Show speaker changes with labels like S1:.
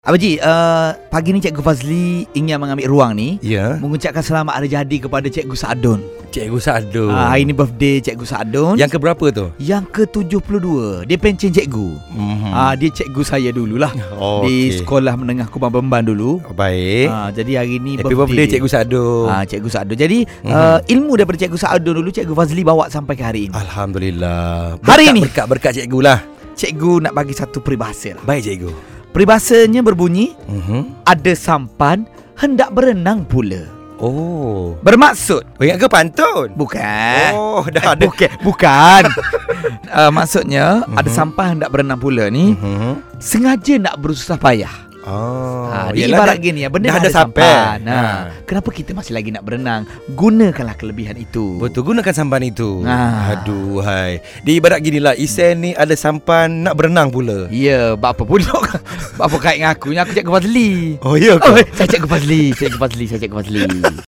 S1: Abang Ji, uh, pagi ni Cikgu Fazli ingin mengambil ruang ni
S2: Ya.
S1: mengucapkan selamat hari jadi kepada Cikgu Saadun.
S2: Cikgu
S1: Uh,
S2: Sadu.
S1: hari ni birthday Cikgu Saadun.
S2: Yang keberapa tu?
S1: yang ke-72. Dia pencen cikgu.
S2: Mm-hmm.
S1: Ah dia cikgu saya dululah
S2: Oh,
S1: di
S2: okey.
S1: sekolah menengah Kubang Bemban dulu.
S2: Baik.
S1: Ah jadi hari ni
S2: Happy birthday Cikgu Hmm. Sadu.
S1: Ah cikgu Saadun. Jadi uh, ilmu daripada cikgu Saadun dulu cikgu Fazli bawa sampai ke hari ini.
S2: Ah. Alhamdulillah.
S1: Hari ini.
S2: berkat-berkat cikgu lah.
S1: Cikgu nak bagi satu peribahasa lah.
S2: Baik cikgu.
S1: Peribahasanya berbunyi
S2: Mm-hmm.
S1: ada sampan hendak berenang pula.
S2: Oh.
S1: Bermaksud
S2: Oh, ingat ke pantun?
S1: bukan
S2: Oh, dah
S1: Eh,
S2: ada.
S1: Bukan, bukan. uh, maksudnya
S2: Mhm.
S1: ada sampan hendak berenang pula ni
S2: Mm-hmm.
S1: sengaja nak berusaha payah.
S2: Oh.
S1: Ha, dia
S2: yelah,
S1: ibarat
S2: dah-
S1: gini ya, benda
S2: dah ada sampai.
S1: sampan. Ha.
S2: Ha.
S1: Kenapa kita masih lagi nak berenang? Gunakanlah kelebihan itu.
S2: Betul gunakan sampan itu.
S1: Ah.
S2: Aduh hai. Dia ibarat ginilah Isen ni ada sampan nak berenang pula.
S1: Ya, buat apa pula? buat apa kait dengan aku? Ni Aku cikgu Fazli.
S2: Oh ya ke?
S1: Oh, saya cikgu Fazli, saya cikgu Fazli, saya cikgu Fazli.